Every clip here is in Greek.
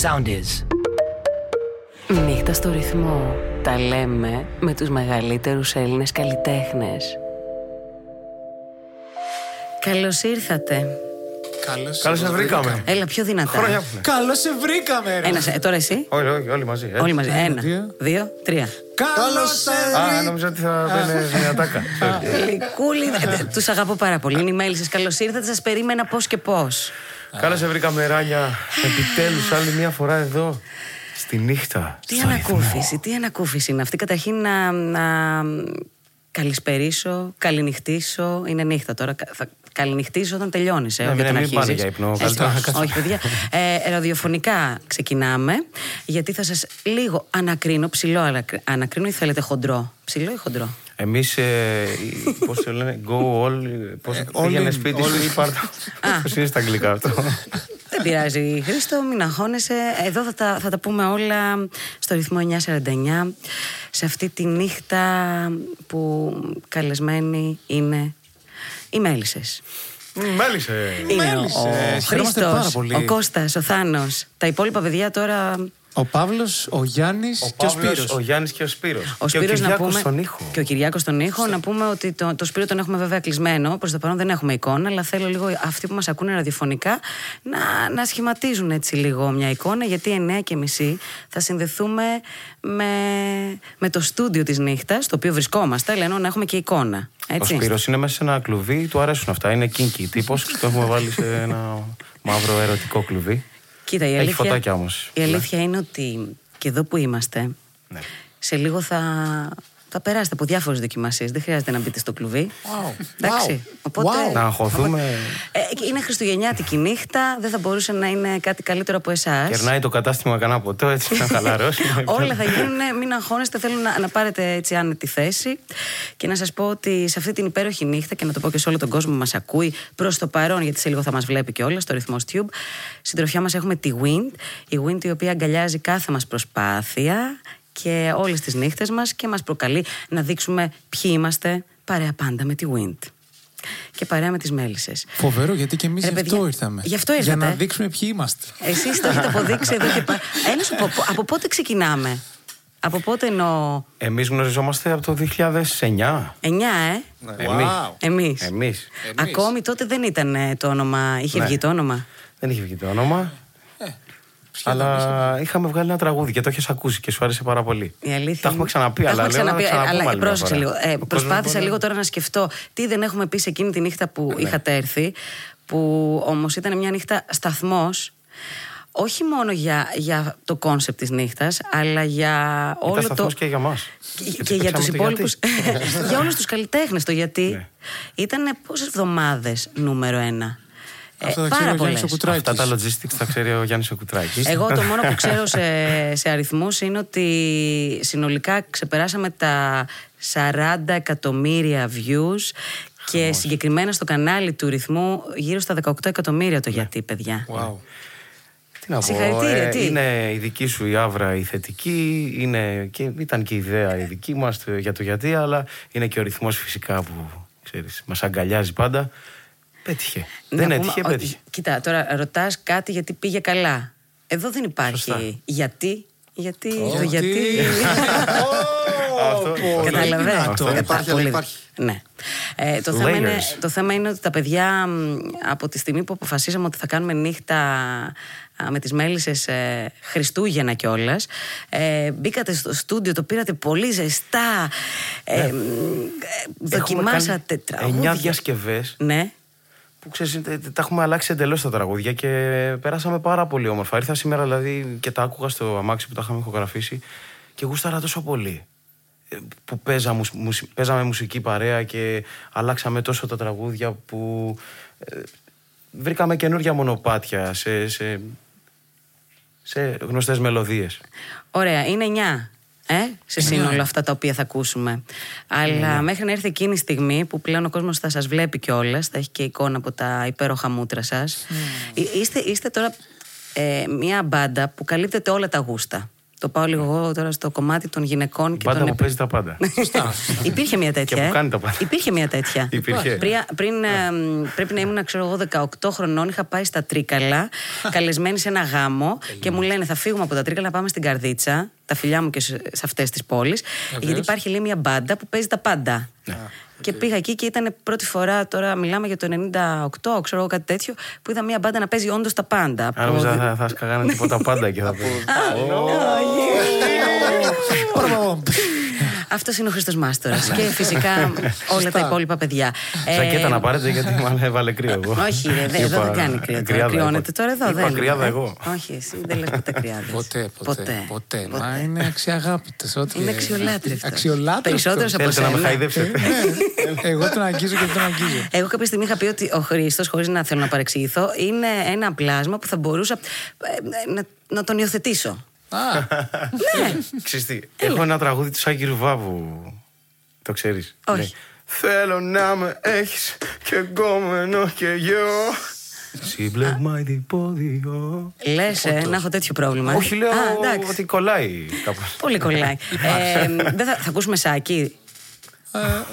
Sound is. Νύχτα στο ρυθμό. Τα λέμε με τους μεγαλύτερους Έλληνες καλλιτέχνες. Καλώς ήρθατε. Καλώς Καλώς σας βρήκαμε. Έλα πιο δυνατά. Χρόνια πολλά. Ε, Καλώς σε βρήκαμε, ρε. Ένας, ε, τώρα εσύ. Όχι, όχι, όλοι μαζί. Όλοι μαζί. Ένα, δύο. δύο, τρία. Καλώς σε Ε, Α, βρήκαμε. νόμιζα ότι θα μπαίνει μια τάκα. Sorry. Γλυκούλη. Τους αγαπώ πάρα πολύ. Είναι η μέλη Καλώς ήρθατε. Σας περίμενα πώς και πώς. ε. Καλώ σε βρήκαμε, Ράνια. Επιτέλους, άλλη μια φορά εδώ. Στη νύχτα. Τι στο ρυθμό. ανακούφιση, τι ανακούφιση είναι αυτή. Καταρχήν να, να καλησπερίσω, καληνυχτήσω. Είναι νύχτα τώρα. Κα- Θα καληνυχτήσω όταν τελειώνεις. Ε, Ναι, όχι μην- όταν μην πάνε αρχίζει. για ύπνο, καλύτερα. Ε, Όχι, παιδιά. Ε, ραδιοφωνικά ξεκινάμε, γιατί θα σας λίγο ανακρίνω, ψηλό ανακρι- ανακρίνω ή θέλετε χοντρό. Ψηλό ή χοντρό. Εμείς, πώ ε, το λένε, go all. Ε, Πώς, all πήγαινε in, σπίτι all σου ή in. πάρτα. Πώς είναι στα αγγλικά αυτό. Δεν πειράζει, Χρήστο, μην αγχώνεσαι. Εδώ θα τα, θα τα πούμε όλα στο ρυθμό 949, σε αυτή τη νύχτα που καλεσμένοι είναι οι Μέλισσες. Μ, Μέλησε. Είναι ο, Μέλισσες, ο χαιρόμαστε πάρα Χρήστος, πολύ. ο Κώστας, ο Θάνος. Τα υπόλοιπα παιδιά τώρα... Ο Παύλος, ο Γιάννης Ο και ο Παύλος, Σπύρος. Ο Γιάννης και ο Σπύρος Ο και ο Σπύρος να Κυριάκος πούμε, στον ήχο. Και ο Κυριάκος στον ήχο. Να πούμε ότι το, το Σπύρο τον έχουμε βέβαια κλεισμένο. Προς το παρόν δεν έχουμε εικόνα, αλλά θέλω λίγο αυτοί που μας ακούνε ραδιοφωνικά να, να σχηματίζουν έτσι λίγο μια εικόνα, γιατί 9 και μισή θα συνδεθούμε με, με το στούντιο της νύχτας, στο οποίο βρισκόμαστε, αλλά ενώ να έχουμε και εικόνα. Έτσι. Ο Σπύρος είναι μέσα σε ένα κλουβί, του αρέσουν αυτά. Είναι kinky τύπος, το έχουμε βάλει σε ένα μαύρο ερωτικό κλουβί. Κοίτα, η Έχει αλήθεια, φωτάκια όμως. Η αλήθεια είναι ότι και εδώ που είμαστε, Ναι. σε λίγο θα, θα περάσετε από διάφορες δοκιμασίες. Δεν χρειάζεται να μπείτε στο κλουβί. Wow. Εντάξει. Wow. Οπότε, Wow. Να αγχωθούμε. Ε, είναι Χριστουγεννιάτικη νύχτα, δεν θα μπορούσε να είναι κάτι καλύτερο από εσάς. Κερνάει το κατάστημα κανένα ποτό, έτσι να χαλαρώσει. Όλα θα γίνουν, μην αγχώνεστε, θέλω να, να πάρετε έτσι άνετη θέση και να σας πω ότι σε αυτή την υπέροχη νύχτα και να το πω και σε όλο τον κόσμο που μας ακούει προς το παρόν γιατί σε λίγο θα μας βλέπει και όλα στο ρυθμός Tube συντροφιά μας έχουμε τη Wind, η Wind η οποία αγκαλιάζει κάθε μας προσπάθεια και όλες τις νύχτες μας και μας προκαλεί να δείξουμε ποιοι είμαστε παρέα πάντα με τη Wind και παρέα με τις μέλισσες. Φοβερό, γιατί και εμείς Ρε, γι' αυτό παιδιά, ήρθαμε. γι' αυτό Για ήρθατε, να ε. δείξουμε ποιοι είμαστε. Εσείς το έχετε αποδείξει εδώ και πάρα. Ένα σου πω, από πότε ξεκινάμε. Από πότε εννοώ. Εμείς γνωριζόμαστε από το 2009. 9, ε. Ναι. Εμείς. Wow. Εμείς. Εμείς. Εμείς. Ακόμη τότε δεν ήταν ε, το όνομα. Είχε Ναι. βγει το όνομα. Δεν είχε βγει το όνομα. Ε, σχεδόν Αλλά είχαμε βγάλει ένα τραγούδι και το έχεις ακούσει και σου άρεσε πάρα πολύ. Η αλήθεια. Τα έχουμε είναι- ξαναπεί, Τα αλλά έχουμε λέω να ξαναπεί, ε, τα ξαναπούμε αλλά άλλη μια πρόσεξε φορά. λίγο. Ε, Ο κόσμος προσπάθησα μπορεί λίγο να- Ναι. τώρα να σκεφτώ τι δεν έχουμε πει σε εκείνη τη νύχτα που είχατε έρθει, που όμως ήταν μια νύχτα σταθμός. Όχι μόνο για, για το κόνσεπτ της νύχτας, αλλά για όλο Ήταν το... σταθμός και για μας. Και, Γιατί και για παίξαμε τους το υπόλοιπους, γιατί. για όλους τους καλλιτέχνες το γιατί Ναι. ήταν πόσες εβδομάδες νούμερο ένα. Ε, Αυτό δεν πάρα ξέρω, πολλές. Γιάννη Κουτράκη. Αυτά τα logistics τα ξέρει ο Γιάννης Κουτράκη. Εγώ το μόνο που ξέρω σε, σε αριθμούς είναι ότι συνολικά ξεπεράσαμε τα 40 εκατομμύρια views και συγκεκριμένα στο κανάλι του ρυθμού γύρω στα 18 εκατομμύρια Ναι. το γιατί, παιδιά. Wow. Τι να πω, Συγχαρητήρια, ε, τι? Είναι η δική σου η άβρα η θετική, είναι και, ήταν και η ιδέα η δική μας το- για το γιατί, αλλά είναι και ο ρυθμός φυσικά που ξέρεις, μας αγκαλιάζει πάντα. Πέτυχε. Ναι, Να Δεν πούμε έτυχε, ότι- πέτυχε. Κοίτα, τώρα ρωτάς κάτι γιατί πήγε καλά. Εδώ δεν υπάρχει Σωστά. γιατί. Γιατί, το Ω, γιατί. τι. Αυτό- πολύ Καταλαβαίνω. δυνατό. Κατα- Υπάρχει, αλλά πολύ- υπάρχει. Ναι. Ε, το, θέμα Layers. είναι, το θέμα είναι ότι τα παιδιά μ, από τη στιγμή που αποφασίσαμε ότι θα κάνουμε νύχτα α, με τις μέλισσες ε, Χριστούγεννα κιόλας. Ε, μπήκατε στο στούντιο, το πήρατε πολύ ζεστά. Ε, μ, ε, δοκιμάσατε Ναι. Εννιά τραγούδια. διασκευές Ναι. που ξέρεις, ε, τα έχουμε αλλάξει εντελώς τα τραγούδια και περάσαμε πάρα πολύ όμορφα. Ήρθα σήμερα δηλαδή και τα άκουγα στο αμάξι που τα είχαμε ηχογραφήσει και γούσταρα τόσο πολύ. Ε, Που παίζα, μουσ- μουσ- παίζαμε μουσική παρέα και αλλάξαμε τόσο τα τραγούδια που ε, βρήκαμε καινούργια μονοπάτια σε, σε, σε γνωστές μελωδίες. Ωραία, είναι 9. Ε, σε σύνολο αυτά τα οποία θα ακούσουμε. Αλλά μέχρι να έρθει εκείνη η στιγμή που πλέον ο κόσμος θα σας βλέπει κιόλας, θα έχει και εικόνα από τα υπέροχα μούτρα σας. Είστε, είστε τώρα ε, μια μπάντα που καλύπτεται όλα τα γούστα. Το πάω λίγο εγώ τώρα στο κομμάτι των γυναικών και Ναι. Πάντα των που παίζει τα πάντα. Σωστά. Υπήρχε μια τέτοια. Και που ε. κάνει τα πάντα. Υπήρχε μια τέτοια. Υπήρχε. Ναι. Πριν, πριν, ε, μ, πρέπει να ήμουν, ξέρω εγώ, 18 χρονών. Είχα πάει στα Τρίκαλα, καλεσμένη σε ένα γάμο και μου λένε θα φύγουμε από τα Τρίκαλα, πάμε στην Καρδίτσα, τα φιλιά μου και σε αυτές τις πόλεις. Γιατί υπάρχει λέει μια μπάντα που παίζει τα πάντα. Ναι. Και πήγα εκεί και ήταν πρώτη φορά, τώρα μιλάμε για το 98, ξέρω εγώ κάτι τέτοιο, που είδα μια μπάντα να παίζει όντως τα πάντα. Άρα Από- νομίζω θα, θα σκαγάνε τίποτα πάντα και θα πω. Αυτός είναι ο Χρήστος Μάστορας. Ναι. και φυσικά όλα τα Σωστά. υπόλοιπα παιδιά. Ε, Ζακέτα να πάρετε γιατί μάλλον έβαλε κρύο εγώ. Όχι, ρε, δε, εδώ Είπα, δεν κάνει κρύο. Τώρα κρυάδα κρυώνεται είπα. τώρα εδώ. Είπα δεν κρυάδα ε. εγώ. Όχι, εσύ δεν λες ποτέ κρυάδες. Ποτέ, ποτέ, ποτέ. Μα είναι αξιαγάπητες. Είναι αξιολάτρευτος. Αξιολάτρευτος. Περισσότερος από Θέλετε να με σένα. χαϊδέψετε. Ε, ναι. Εγώ τον αγγίζω και τον αγγίζω. Εγώ κάποια στιγμή είχα πει ότι ο Χρήστος, χωρίς να θέλω να παρεξηγηθώ, είναι ένα πλάσμα που θα μπορούσα ε, να, να τον υιοθετήσω. Α, ναι, Ξέρεις τι, έχω ένα τραγούδι του Σάκη Ρουβάβου. Το ξέρεις. Όχι. Λέει, Θέλω να με έχεις και κόμενο και γιο. Σύμπλεγμα διπόδιο. λες ε, να έχω τέτοιο πρόβλημα. Όχι, λέω Α, εντάξει. ότι κολλάει κάπως. Πολύ κολλάει. Ε, δεν θα, θα ακούσουμε σάκι.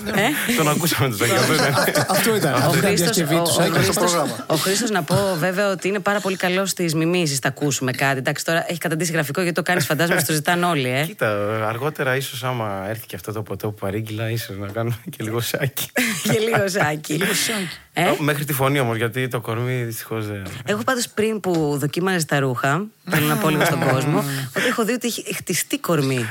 Ναι, Ε? Τον ακούσαμε τον Σάκη. αυτό είναι. αυτό Ε, ήταν. Αυτό ήταν η Χρήστος- διασκευή λοιπόν, του Σάκη στο πρόγραμμα. ο Χρήστος να πω βέβαια ότι είναι πάρα πολύ καλό στις μιμήσεις. Θα ακούσουμε κάτι. Εντάξει, τώρα έχει καταντήσει γραφικό γιατί το κάνεις φαντάζομαι στο ζητάνε όλοι, ε. Κοίτα, αργότερα ίσως άμα έρθει και αυτό το ποτό που παρήγγειλα, ίσως να κάνουμε και λίγο σάκι. και λίγο σάκι. Ε? Μέχρι τη φωνή όμως, γιατί το κορμί δυστυχώς δεν. Εγώ πάντως πριν που δοκίμαζες τα ρούχα, θέλω να πω λίγο στον κόσμο, ότι έχω δει ότι έχει χτιστεί κορμί.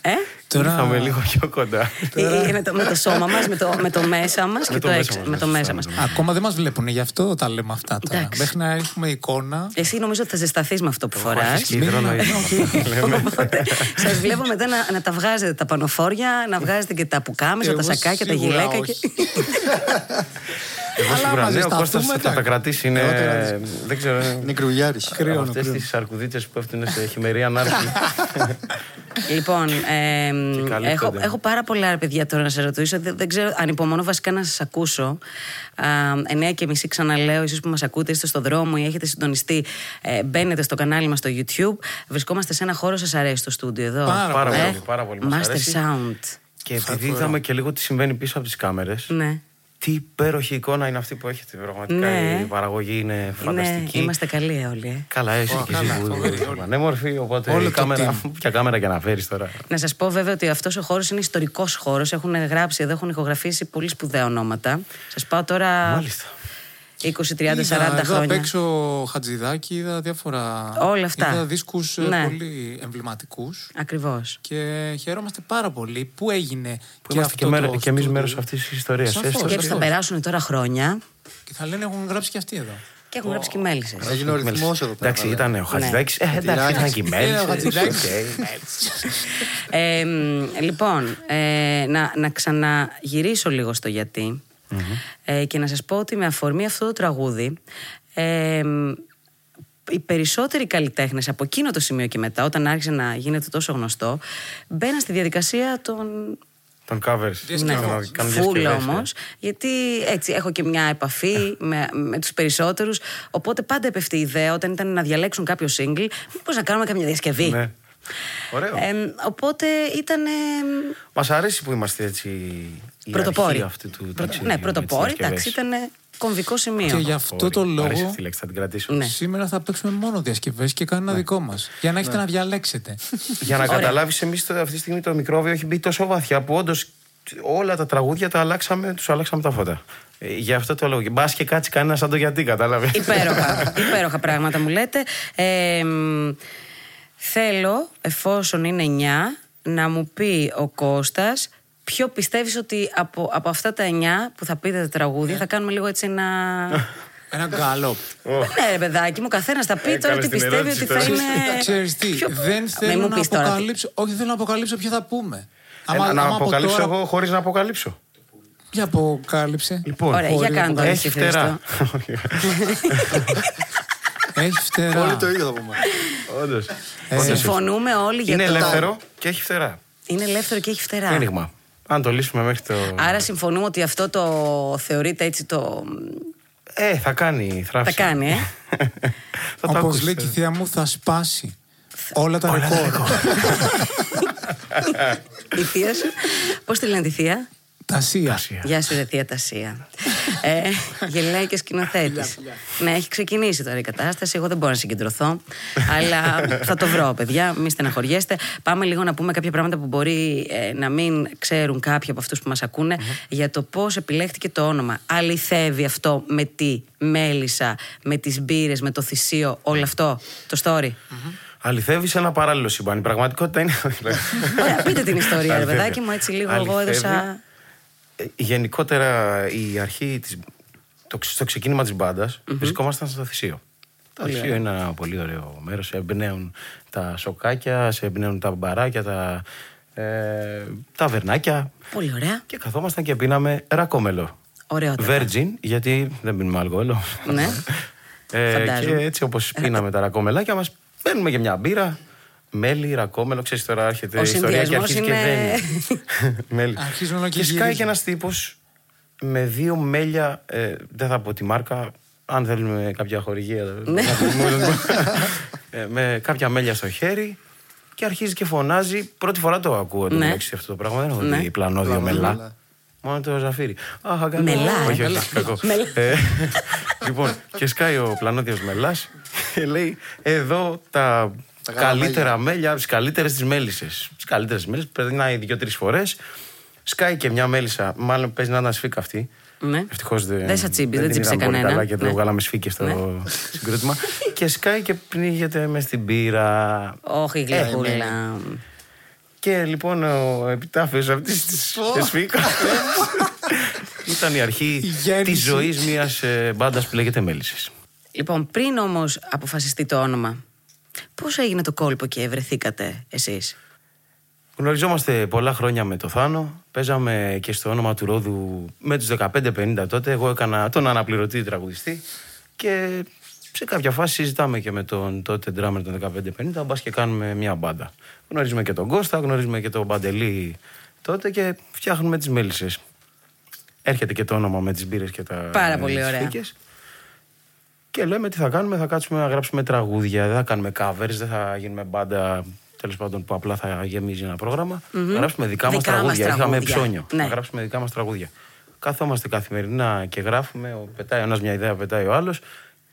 Ε? Τώρα- Ήρθαμε λίγο πιο κοντά. Ε, ε, με, το, με το σώμα μας, με το, με το μέσα μας και το το μέσα έξω. μας, Με το ναι, μέσα σωστά, μας. ναι. Ακόμα δεν μας βλέπουν, γι' αυτό τα λέμε αυτά τώρα. Εντάξει. Μέχρι να έχουμε εικόνα. Εσύ νομίζω ότι θα ζεσταθείς με αυτό που φορά. Αρχίζει και υδρώνω Μην- ήδη, λέμε. Οπότε σας βλέπω μετά να, να τα βγάζετε τα πανοφόρια, να βγάζετε και τα πουκάμισα, τα Εγώ σακάκια, τα σίγουρα γυλαίκα. όχι. Και... Εγώ Αλλά σίγουρα άμα ναι, ο ζεσταθούμε, Κώστας θα εντάξει. τα κρατήσει. Είναι. Νεότερα Δεν ξέρω. ε, είναι Νικρουλιάρη. Κρύο, Αυτές κρύο. τι αρκουδίτσε που πέφτουν σε χειμερή ανάρκη. Λοιπόν, εμ, Και καλύπτονται. έχω, έχω πάρα πολλά ρε παιδιά τώρα να σα ρωτήσω. Δεν, δεν ξέρω, ανυπομονώ βασικά να σας ακούσω. Α, 9 και μισή ξαναλέω, εσείς που μας ακούτε, είστε στον δρόμο ή έχετε συντονιστεί, ε, μπαίνετε στο κανάλι μας στο YouTube. Βρισκόμαστε σε ένα χώρο, σας αρέσει το στούντιο εδώ. Πάρα πάρα πολύ, πάρα πολύ. Μας Master αρέσει. Sound. Και επειδή είδαμε και λίγο τι συμβαίνει πίσω από τις κάμερες. Ναι. Τι υπέροχη εικόνα είναι αυτή που έχετε. Πραγματικά Ναι. η παραγωγή είναι Είναι, φανταστική. Ναι, είμαστε καλοί όλοι. Ε. Καλά, εσύ και εσύ που πανέμορφη, οπότε Όλο η το κάμερα, ποια κάμερα και να φέρεις τώρα. Να σας πω βέβαια ότι αυτός ο χώρος είναι ιστορικός χώρος. Έχουν γράψει εδώ, έχουν ηχογραφήσει πολύ σπουδαία ονόματα. Σας πάω τώρα. Μάλιστα. 20, 30, 40 Είδα εδώ απ' χρόνια. έξω Χατζηδάκη, είδα διάφορα. Όλα αυτά. Είδα δίσκους ε, Ναι. πολύ εμβληματικούς Ακριβώς. και χαιρόμαστε πάρα πολύ που έγινε Που είμαστε και, αυτό μέρο- το και εμείς στούντιο. μέρος αυτής της ιστορίας. Σαφώς. Σκέψτε, θα Σαφώς. περάσουν τώρα χρόνια Και θα λένε έχουν γράψει και αυτοί εδώ. και έχουν γράψει και μέλισσες. Έγινε ο ρυθμός εδώ πέρα. Εντάξει, ήταν ο Χατζηδάκης. Ε, εντάξει, Τυράκης. ήταν και η ε, Μέλισσα, Ήταν ο Χατζηδάκης. οκ. Ε, μ, λοιπόν, ε, να, να ξαναγυρίσω λίγο στο γιατι ε, και να σας πω ότι με αφορμή αυτό το τραγούδι ε, μ, οι περισσότεροι καλλιτέχνες από εκείνο το σημείο και μετά όταν άρχισε να γίνεται τόσο γνωστό μπαίναν στη διαδικασία των Τον covers. Ναι. Φουλ όμως. Γιατί έτσι έχω και μια επαφή με, με τους περισσότερους. Οπότε πάντα επεφτεί η ιδέα όταν ήταν να διαλέξουν κάποιο single, μήπως να κάνουμε καμιά διασκευή. Ναι. Ωραίο. Ε, οπότε ήταν. ε, Μας αρέσει που είμαστε έτσι. η αρχή πρωτοπόροι. αυτού του Πρωτα- ταξιδιού ναι, με τις πρωτοπόροι. διασκευές. Εντάξει, ήταν ε, κομβικό σημείο. Και γι' αυτό το Μ' αρέσει λόγο αυτή η λέξη, θα την κρατήσω. Ναι. σήμερα θα παίξουμε μόνο διασκευές και κανένα δικό μας. Για να έχετε Ναι. να διαλέξετε. Για να καταλάβεις, εμείς αυτή τη στιγμή το μικρόβιο έχει μπει τόσο βαθιά που όντως όλα τα τραγούδια τα αλλάξαμε, τους αλλάξαμε τα φώτα. Ε, για αυτό το λόγο. Μπας και κάτσει κανένα σαν το γιατί, κατάλαβες. Υπέροχα, υπέροχα πράγματα μου λέτε. Ε, μ, θέλω, εφόσον είναι 9, να μου πει ο Κώστας ποιο πιστεύεις ότι από, από αυτά τα 9 που θα πείτε τα Ε. τραγούδια θα κάνουμε λίγο έτσι ένα... Ένα γκάλο. ναι ρε παιδάκι μου, καθένας θα πει τώρα Έκανες τι Ε, την πιστεύει ερώτηση ότι τώρα. θα είναι... Ξέρεις τι, Ναι. Ποιο- δεν Μην θέλω μου να πεις τώρα τι- αποκαλύψω. Όχι, θέλω να αποκαλύψω ποιο θα πούμε. Ε, Άμα- να άμα από αποκαλύψω τώρα- εγώ χωρίς να αποκαλύψω. Για αποκάλυψε. Λοιπόν, Ωραία, για κάνε το έχει εσύ, Χρήστο. φτερά. Έχει φτερά. Όλοι το ίδιο θα πούμε. Όντως. Ε, Συμφωνούμε όλοι για Είναι το... ελεύθερο και έχει φτερά. Είναι ελεύθερο και έχει φτερά. Ένιγμα. Αν το λύσουμε μέχρι το. Άρα συμφωνούμε ότι αυτό το θεωρείται έτσι το... Ε, θα κάνει θράψη. Τα κάνει, ε. θα το Όπως ακούσεις. λέει και η θεία μου, θα σπάσει. Όλα τα ρεκόρ. Η θεία σου. Πώς τη λένε τη θεία. Τα σία. Γεια σου, ρε θεία Τασία. ε, γελάει και σκηνοθέτης. ναι, έχει ξεκινήσει τώρα η κατάσταση. Εγώ δεν μπορώ να συγκεντρωθώ. αλλά θα το βρω, παιδιά. Μην στεναχωριέστε. Πάμε λίγο να πούμε κάποια πράγματα που μπορεί ε, να μην ξέρουν κάποιοι από αυτούς που μας ακουνε για το πώς επιλέχθηκε το όνομα. Αληθεύει αυτό με τη μέλισσα, με τις μπύρες, με το θυσίο, όλο αυτό το story. Αληθεύει σε ένα παράλληλο σύμπαν. Η πραγματικότητα είναι. Ωραία, πείτε την ιστορία, ρε Αληθεύει. παιδάκι μου, έτσι λίγο. Εγώ Αληθεύει. έδωσα. Ε, Γενικότερα η αρχή της, το, ξε- στο ξεκίνημα της μπαντας βρισκόμασταν στο Θησίο. Το Θησίο είναι ένα πολύ ωραίο μέρος. Σε εμπνέουν τα σοκάκια, σε εμπνέουν τα μπαράκια, τα, ε, τα βερνάκια. Πολύ ωραία. Και καθόμασταν και πίναμε ρακόμελο. Ωραιότατα. Virgin, γιατί δεν πίνουμε αλκοόλο. Ναι. ε, και Φαντάζομαι. έτσι όπως πίναμε τα ρακόμελάκια μας, παίρνουμε και μια μπύρα. Μέλι, ρακόμελο, ξέρεις τώρα έρχεται Ο η ιστορία και συνδυασμός αρχίζει και είναι- δεν. Μέλι. Αρχίζουν όλα και σκάει γυρίζουν. και ένας τύπος με δύο μέλια. ε, δεν θα πω τη μάρκα, αν θέλουμε κάποια χορηγία. Ναι. να πούμε, δεν μπορώ. Ε, με κάποια μέλια στο χέρι και αρχίζει και φωνάζει. Πρώτη φορά το ακούω το Ναι. μεταξύ αυτό το πράγμα. Δεν έχω Ναι. δει πλανό δύο Πλανό, μελά. μελά. Μόνο το ζαφύρι. Αχ, αγκαλιά. Μελά, ε. Όχι, όχι, Μελά. κακό. Μελά. Ε, λοιπόν, και σκάει ο πλανόδιος μελάς και λέει: Εδώ τα, Τα καλά καλύτερα μέλια, τις καλύτερες τις μέλισσες. Τις καλύτερες μέλισσες, περνάει δύο-τρει φορές. Σκάει και μια μέλισσα, μάλλον παίζει να ήταν σφίκα αυτή. Ναι. Ευτυχώς δεν. Δεν σας τσίμπησε, δεν την τσίμπησε είδαμε πολύ κανέναν. Καλά και το Ναι. βγάλαμε σφίκες στο συγκρότημα. και σκάει και πνίγεται μες στην πύρα. Όχι, γλυκούλα. Και λοιπόν ο επιτάφιος αυτής της σφίκας ήταν η αρχή Η γέννηση. της ζωής μιας ε, μπάντας που λέγεται Μέλισσης. Λοιπόν, πριν όμως αποφασιστεί το όνομα, πώς έγινε το κόλπο και βρεθήκατε εσείς. Γνωριζόμαστε πολλά χρόνια με το Θάνο. Παίζαμε και στο όνομα του Ρόδου με τους 15-50 τότε. Εγώ έκανα τον αναπληρωτή τραγουδιστή. Και σε κάποια φάση συζητάμε και με τον τότε ντράμερ των 15-50. Μπας και κάνουμε μια μπάντα. Γνωρίζουμε και τον Κώστα, γνωρίζουμε και τον Μπαντελή τότε και φτιάχνουμε τις μέλισσες. Έρχεται και το όνομα με τις μπύρες και τα Πάρα πολύ τις ωραία. φύκες. Και λέμε τι θα κάνουμε, θα κάτσουμε να γράψουμε τραγούδια, δεν θα κάνουμε covers, δεν θα γίνουμε μπάντα τέλος πάντων που απλά θα γεμίζει ένα πρόγραμμα. Θα γράψουμε δικά μας Δικά μας τραγούδια. Είχαμε τραγούδια. ψώνιο. Ναι. Θα γράψουμε δικά μας τραγούδια. Καθόμαστε καθημερινά και γράφουμε. Ο, πετάει ο ένας μια ιδέα, πετάει ο άλλος.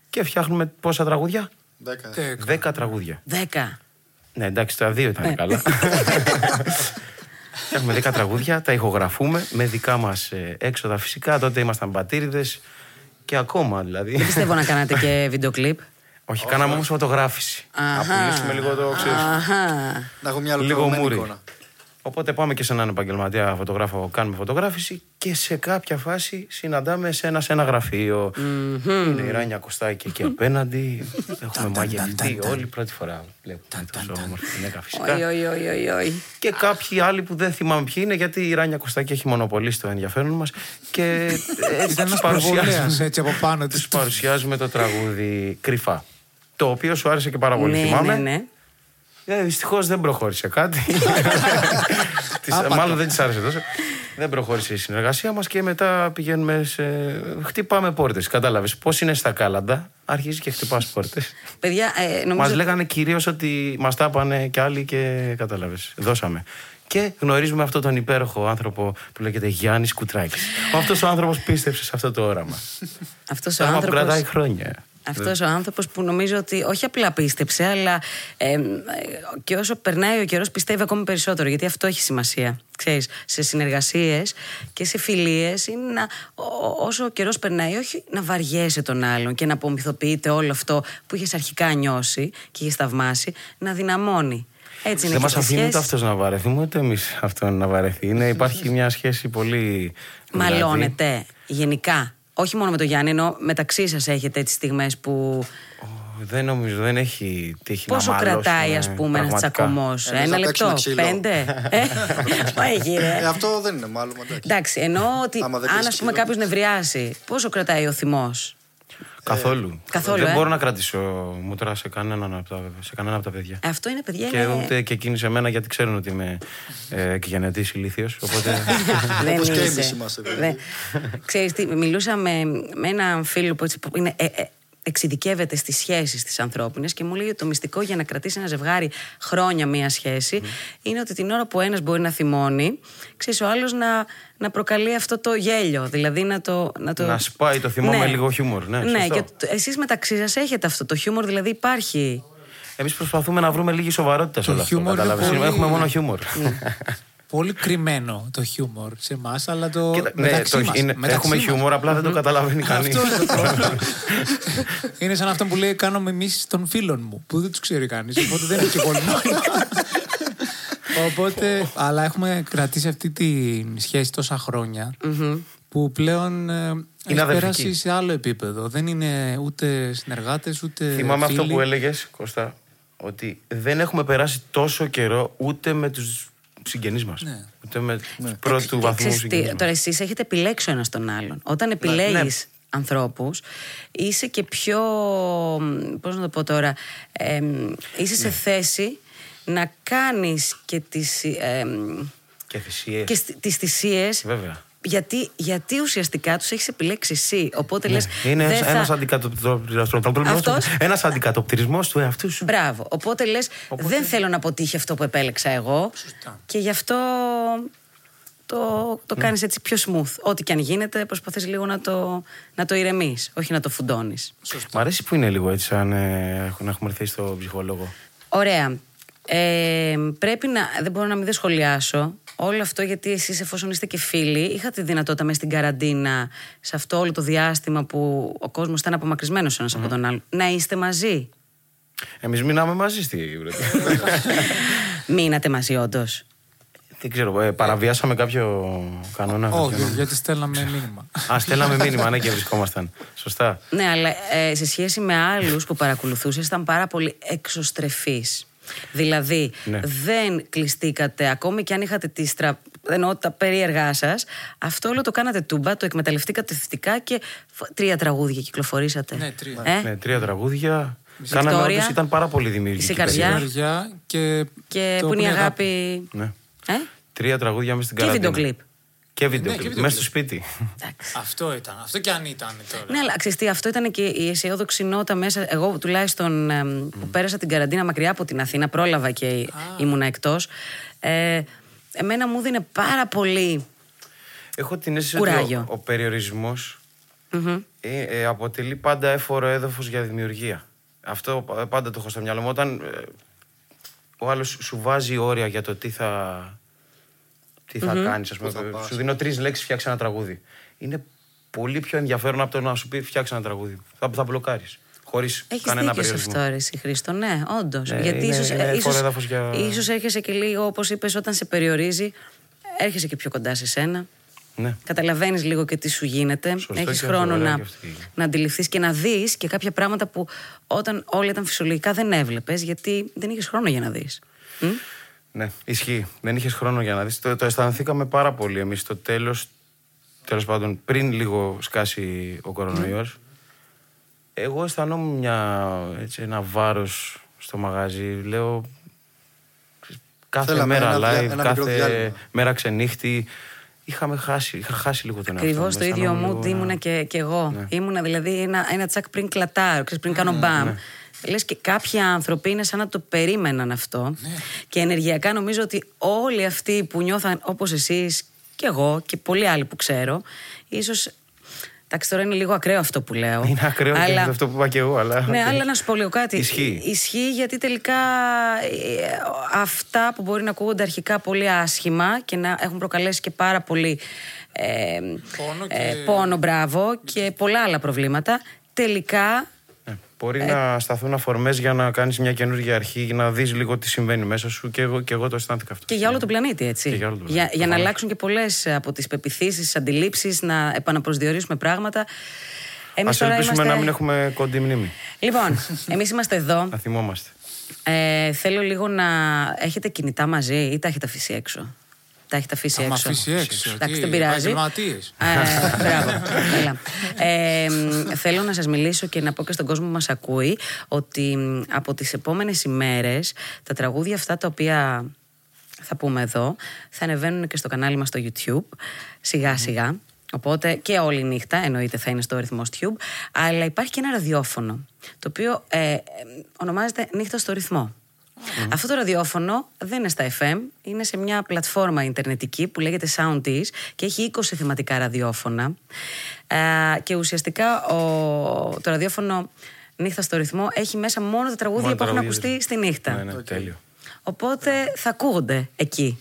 Και φτιάχνουμε πόσα τραγούδια. Δέκα. Τεκ. Δέκα τραγούδια. Δέκα. Ναι, εντάξει, τα δύο ήταν καλά. Φτιάχνουμε δέκα τραγούδια, τα ηχογραφούμε με δικά μας έξοδα φυσικά. Τότε ήμασταν πατήριδες και ακόμα δηλαδή. Πιστεύω να κάνατε και βίντεο κλιπ. Όχι, κάναμε όμω φωτογράφηση. Να Αχα. πουλήσουμε λίγο το ξέρεις. Αχα. Να έχω μια Λίγο ολοκληρωμένη μουρι. εικόνα. Οπότε πάμε και σε έναν επαγγελματία φωτογράφο, κάνουμε φωτογράφηση και σε κάποια φάση συναντάμε σε ένα, σε ένα γραφείο. Είναι η Ράνια Κωστάκη εκεί απέναντι. Έχουμε μαγευτεί όλοι. Πρώτη φορά βλέπουμε τόσο όμορφη γυναίκα Όι, φυσικά. όι, όι, όι, όι. Και κάποιοι άλλοι που δεν θυμάμαι ποιοι είναι, γιατί η Ράνια Κωστάκη έχει μονοπολίσει το ενδιαφέρον μας. Και έτσι Ήταν τους ένας παρουσιάζουμε. προβολέας έτσι από πάνω Τους της. παρουσιάζουμε το τραγούδι κρυφά. Το οποίο σου άρεσε και πάρα πολύ, Ναι, θυμάμαι. ναι, ναι. Ε, Δυστυχώς δεν προχώρησε κάτι. Της- μάλλον δεν της άρεσε τόσο. δεν προχώρησε η συνεργασία μας και μετά πηγαίνουμε σε. Χτυπάμε πόρτες. Κατάλαβες πώς είναι στα κάλαντα. Αρχίζει και χτυπάς πόρτες. Παιδιά, ε, μα νομίζω. λέγανε κυρίως ότι μας τα είπανε κι άλλοι και κατάλαβες. Δώσαμε. Και γνωρίζουμε αυτόν τον υπέροχο άνθρωπο που λέγεται Γιάννης Κουτράκης. Αυτός ο άνθρωπος πίστεψε σε αυτό το όραμα. Αυτός ο Πράγμα που κρατάει άνθρωπο. χρόνια. Αυτός ο άνθρωπος που νομίζω ότι όχι απλά πίστεψε, αλλά ε, ε, και όσο περνάει ο καιρός πιστεύει ακόμη περισσότερο. Γιατί αυτό έχει σημασία. Ξέρεις, σε συνεργασίες και σε φιλίες είναι να, ό- ό- όσο ο καιρός περνάει, όχι να βαριέσαι τον άλλον και να απομυθοποιείται όλο αυτό που είχες αρχικά νιώσει και είχες θαυμάσει, να δυναμώνει. Έτσι είναι Δεν και μας στις αφήνει ούτε σχέσεις. αυτός να βαρεθεί, ούτε εμείς αυτόν να βαρεθεί. Είναι, υπάρχει μια σχέση πολύ. δυνατή. Μαλώνεται γενικά. Όχι μόνο με τον Γιάννη, ενώ μεταξύ σας έχετε τις στιγμές που. δηλαδή. Ω, Δεν νομίζω, δεν έχει τύχει Πόσο να μαλώσουμε κρατάει, ας πούμε, ένας ναι, πραγματικά. τσακωμός, Εμείς Ένα θα λεπτό, παίξουμε ξύλο. πέντε. Ε, Έχει, ρε. Ε, αυτό δεν είναι μάλλον. εντάξει. Εντάξει, ενώ ότι Άμα δεν αν πεις ας πούμε ξύλο. κάποιος νευριάσει, πόσο κρατάει ο θυμός. Καθόλου. καθόλου, δεν ε. μπορώ να κρατήσω μούτρα σε κανέναν από τα, σε κανένα από τα παιδιά. Αυτό είναι Ε, παιδιά. και είναι- ούτε και εκείνη σε μένα γιατί ξέρουν ότι είμαι ε, εκγενετή ηλίθιος. Οπότε. δεν Όπως και είσαι. Ναι. εμείς είμαστε, βέβαια. Δεν- Ξέρεις τι, μιλούσα με, με έναν φίλο που, έτσι, που είναι ε, ε, εξειδικεύεται στις σχέσεις τι ανθρώπινε και μου λέει ότι το μυστικό για να κρατήσει ένα ζευγάρι χρόνια μία σχέση Mm-hmm. είναι ότι την ώρα που ένας μπορεί να θυμώνει, ξέρεις ο άλλος να, να προκαλεί αυτό το γέλιο. Δηλαδή να το. Να, το... Να σπάει το θυμό με λίγο χιούμορ, ναι, σωστό. και εσείς μεταξύ σας έχετε αυτό το χιούμορ, δηλαδή υπάρχει. Εμείς προσπαθούμε να βρούμε λίγη σοβαρότητα σε Το όλο αυτό. χιούμορ είναι Κατάλαβες. πολύ- Έχουμε μόνο χιούμορ. Ναι. Πολύ κρυμμένο το χιούμορ σε εμάς, αλλά το. Κοίτα, ναι, μεταξύ το, μας, είναι, μεταξύ έχουμε μας. χιούμορ, απλά δεν το καταλαβαίνει κανεί. Αυτό είναι το πρόβλημα. είναι σαν αυτό που λέει: Κάνω μιμήσει των φίλων μου, που δεν τους ξέρει κανείς, οπότε δεν έχει και πολύ νόημα. οπότε, αλλά έχουμε κρατήσει αυτή τη σχέση τόσα χρόνια, που πλέον ε, έχει αδερφική. περάσει σε άλλο επίπεδο. Δεν είναι ούτε συνεργάτες, Ε, ούτε. Θυμάμαι αυτό φίλοι. που έλεγες, Κώστα, ότι δεν έχουμε περάσει τόσο καιρό ούτε με τους συγγενείς μας. Ναι. Ούτε με του πρώτου βαθμού Ξέρεις τι, συγγενείς. Τώρα εσείς έχετε επιλέξει ο ένας τον άλλον. Όταν επιλέγει ναι. ανθρώπους είσαι και πιο. μ, πώς να το πω τώρα. εμ, είσαι σε Ναι. θέση να κάνεις και τις, εμ, Και θυσίες. και στι- τις θυσίες Βέβαια. γιατί, γιατί ουσιαστικά τους έχεις επιλέξει εσύ οπότε λες Ναι, Είναι «Δεν θα- ένας αντικατοπτρισμός. Αυτός. Ένας αντικατοπτρισμός του εαυτού σου. Μπράβο. Οπότε λες, δεν θέλω να αποτύχει αυτό που επέλεξα εγώ. Και γι' αυτό το, το κάνεις έτσι πιο smooth. Ό,τι και αν γίνεται, προσπαθείς λίγο να το, να το ηρεμείς, όχι να το φουντώνεις. Μ' αρέσει που είναι λίγο έτσι, σαν ε, έχω- να έχουμε έρθει στον ψυχολόγο. Ωραία. Ε, πρέπει να. Δεν μπορώ να μην δεν σχολιάσω όλο αυτό γιατί εσείς, εφόσον είστε και φίλοι, είχατε δυνατότητα μέσα στην καραντίνα, σε αυτό όλο το διάστημα που ο κόσμος ήταν απομακρυσμένος ένας από τον άλλον, να είστε μαζί. Εμείς μείναμε μαζί στη Βρετανία. Μείνατε μαζί, όντως. Δεν ξέρω, ε, παραβιάσαμε κάποιο κανόνα. Όχι, κάποιον- γιατί στέλναμε μήνυμα. Α, στέλναμε μήνυμα, ναι, και βρισκόμασταν. Σωστά. Ναι, αλλά ε, σε σχέση με άλλους που παρακολουθούσες ήταν πάρα πολύ εξωστρεφής. Δηλαδή, Ναι. δεν κλειστήκατε, ακόμη και αν είχατε τη στρα... εννοώ τα περίεργά σας, αυτό όλο το κάνατε τούμπα, το εκμεταλλευτήκατε θετικά και φ- τρία τραγούδια κυκλοφορήσατε. Ναι, τρία. Ε? Ναι, τρία τραγούδια. Βικτόρια. Κάναμε όντως, ήταν πάρα πολύ Είσαι δημιουργική. καρδιά. περίοδος. Παιδιά και. Και το που είναι η αγάπη... Ναι. Ε? Τρία τραγούδια μέσα στην Και καραντίνα. βιντεοκλίπ. Και βίντεο και κλιπ. βίντεο Μέσα κλιπ. στο σπίτι. Εντάξει. Αυτό ήταν. Αυτό κι αν ήταν τώρα. Ναι, αλλά ξέρεις τι, αυτό ήταν και η αισιόδοξη νότα μέσα. Εγώ τουλάχιστον εμ, που πέρασα την καραντίνα μακριά από την Αθήνα, πρόλαβα και ήμουνα εκτός. Ε, εμένα μου δίνε πάρα πολύ Έχω την αίσθηση ότι Κουράγιο. ο, ο περιορισμό ε, ε, αποτελεί πάντα έφορο έδαφος για δημιουργία. Αυτό ε, πάντα το έχω στο μυαλό μου. Όταν ε, ο άλλος σου βάζει όρια για το τι θα, τι θα κάνεις, ας πούμε. σου δίνω τρεις λέξεις, φτιάξε ένα τραγούδι. Είναι πολύ πιο ενδιαφέρον από το να σου πει φτιάξε ένα τραγούδι. Θα, θα μπλοκάρεις. Χωρίς Έχεις κανένα δίκιο σε περιορισμό. αυτό, ρε, εσύ, Χρήστο. Ναι, όντως. Ναι, Γιατί είναι- ίσως, είναι ε, εύκολο ίσως- έδαφος για- ίσως έρχεσαι και λίγο, όπως είπες, όταν σε περιορίζει, έρχεσαι και πιο κοντά σε σένα. Ναι. Καταλαβαίνεις λίγο και τι σου γίνεται. Σωστό Έχει και χρόνο ωραία να, και αυτή. να αντιληφθείς και να δεις και κάποια πράγματα που όταν όλα ήταν φυσιολογικά δεν έβλεπες, γιατί δεν είχες χρόνο για να δεις. Ναι, ισχύει. Δεν είχες χρόνο για να δεις. Το, το αισθανθήκαμε πάρα πολύ εμείς στο τέλος. Τέλος πάντων, πριν λίγο σκάσει ο κορονοϊός, εγώ αισθανόμουν μια, έτσι, ένα βάρος στο μαγαζί. Λέω. ξέρεις, Κάθε Θέλαμε μέρα ένα δια- live, ένα μικρό κάθε διάλειμμα. μέρα ξενύχτη. Είχαμε χάσει, είχα χάσει λίγο τον εαυτό μου. Ακριβώ το ίδιο Αισθανόμουν μου λίγο Ναι. ήμουνα να- και, και εγώ. Ήμουνα δηλαδή ένα, ένα τσακ πριν κλατάρω, ξέρεις, πριν Ναι, κάνω μπαμ. Λες και κάποιοι άνθρωποι είναι σαν να το περίμεναν αυτό. Ναι. Και ενεργειακά νομίζω ότι όλοι αυτοί που νιώθαν όπως εσείς και εγώ και πολλοί άλλοι που ξέρω, ίσως... Εντάξει, τώρα είναι λίγο ακραίο αυτό που λέω. Είναι ακραίο και αλλά- αυτό που είπα και εγώ. Αλλά... ναι, αλλά να σου πω λίγο κάτι. Ισχύει. Ισχύει γιατί τελικά ε, αυτά που μπορεί να ακούγονται αρχικά πολύ άσχημα και να έχουν προκαλέσει και πάρα πολύ ε, Πόνο και- πόνο, μπράβο, και πολλά άλλα προβλήματα, τελικά Ναι. Ε. Μπορεί να σταθούν αφορμές για να κάνεις μια καινούργια αρχή, για να δεις λίγο τι συμβαίνει μέσα σου και εγώ, και εγώ το αισθάνθηκα αυτό. και για όλο τον πλανήτη, έτσι. Ναι. Και για όλο τον για, πλανήτη, για να προφανώς. αλλάξουν και πολλές από τις πεπιθήσεις, τις αντιλήψεις, να επαναπροσδιορίσουμε πράγματα. Εμείς Ας τώρα ελπίσουμε είμαστε- να μην έχουμε κοντή μνήμη. Λοιπόν, εμείς είμαστε εδώ. Να θυμόμαστε. Ε, θέλω λίγο να. Έχετε κινητά μαζί ή τα έχετε αφήσει έξω. Τα έχετε αφήσει Θα μ' έξω. αφήσει έξω, Εντάξει, τι, δεν πειράζει. επαγγελματίες. Ε, μπράβο. Έλα. Ε, μ, θέλω να σας μιλήσω και να πω και στον κόσμο που μας ακούει ότι μ, από τις επόμενες ημέρες τα τραγούδια αυτά τα οποία θα πούμε εδώ θα ανεβαίνουν και στο κανάλι μας στο YouTube σιγά σιγά. Οπότε και όλη νύχτα εννοείται θα είναι στο ρυθμό Tube. Αλλά υπάρχει και ένα ραδιόφωνο το οποίο ε, ε, ονομάζεται Νύχτα στο ρυθμό. Mm-hmm. Αυτό το ραδιόφωνο δεν είναι στα FM, είναι σε μια πλατφόρμα ιντερνετική που λέγεται Soundees και έχει 20 θεματικά ραδιόφωνα. Ε, και ουσιαστικά ο, το ραδιόφωνο Νύχτα στο ρυθμό έχει μέσα μόνο τα τραγούδια Μόνο που τα έχουν τραγούδια. ακουστεί στη νύχτα. Ναι, ναι, τέλειο. Οπότε θα ακούγονται εκεί,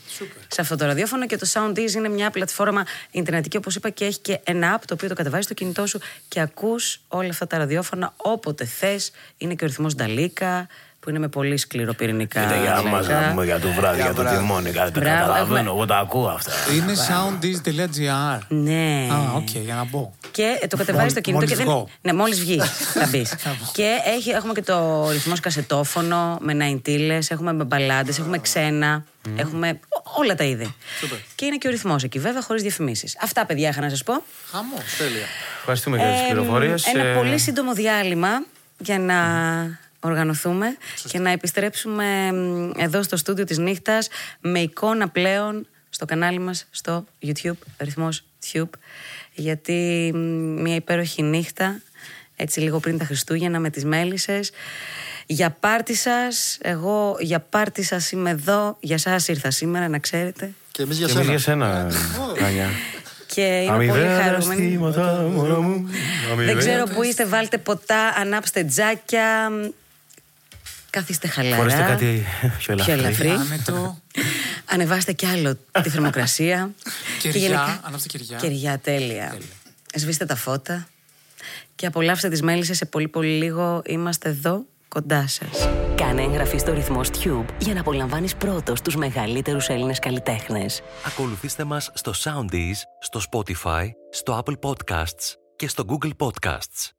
σε αυτό το ραδιόφωνο. Και το Soundees είναι μια πλατφόρμα Ιντερνετική, όπως είπα, και έχει και ένα app το οποίο το κατεβάζεις στο κινητό σου και ακούς όλα αυτά τα ραδιόφωνα όποτε θες. Είναι και ο ρυθμός Νταλίκα, που είναι με πολύ σκληροπυρηνικά. Κοίτα για να μας λαϊκά. να πούμε για το βράδυ, για το τιμόνικα. Δεν Μπράβο, έχουμε- καταλαβαίνω, εγώ τα ακούω αυτά. Είναι soundees.gr. Ναι. Α, οκ, για να μπω. Και ε, το κατεβάζει Μόλις- στο κινητό. και μόλις βγω. Ναι, μόλις βγει θα μπεις. και έχει, έχουμε και το ρυθμό κασετόφωνο με ναϊντήλε, έχουμε με μπαλάντες, έχουμε ξένα. Έχουμε ό- όλα τα είδη. Και είναι και ο ρυθμός εκεί, βέβαια, χωρίς διαφημίσεις. Αυτά, παιδιά, είχα να σας πω. Χαμός, τέλεια. Ευχαριστούμε για τις Εμ, πληροφορίες. Ένα Ε, πολύ σύντομο διάλειμμα για να οργανωθούμε και να επιστρέψουμε εμ, εδώ στο στούντιο της νύχτας με εικόνα πλέον στο κανάλι μας στο YouTube, ρυθμός Tube, γιατί εμ, μια υπέροχη νύχτα, έτσι λίγο πριν τα Χριστούγεννα με τις μέλισσες. Για πάρτι σας, εγώ για πάρτι σας είμαι εδώ, για σας ήρθα σήμερα να ξέρετε. Και εμείς για Και εμείς σένα. Ε, για σένα, Τάνια. Και Ε, είμαι πολύ Αμοιβαία χαρούμενη. αισθήματα, μωρό μου. Δεν Αμοιβαία. ξέρω που είστε, βάλτε ποτά, ανάψτε τζάκια. μ, Καθίστε χαλαρά. Φορέστε κάτι πιο ελαφρύ. Άνετο. Ανεβάστε κι άλλο τη θερμοκρασία. Και Κεριά, γενικά- ανάψτε κεριά. Κεριά, τέλεια. Σβήστε τα φώτα και απολαύστε τις μέλισσες σε πολύ πολύ λίγο. Είμαστε εδώ κοντά σας. Κάνε εγγραφή στο ρυθμός Tube για να απολαμβάνεις πρώτος τους μεγαλύτερους Έλληνες καλλιτέχνες. Ακολουθήστε μας στο Soundees, στο Spotify, στο Apple Podcasts και στο Google Podcasts.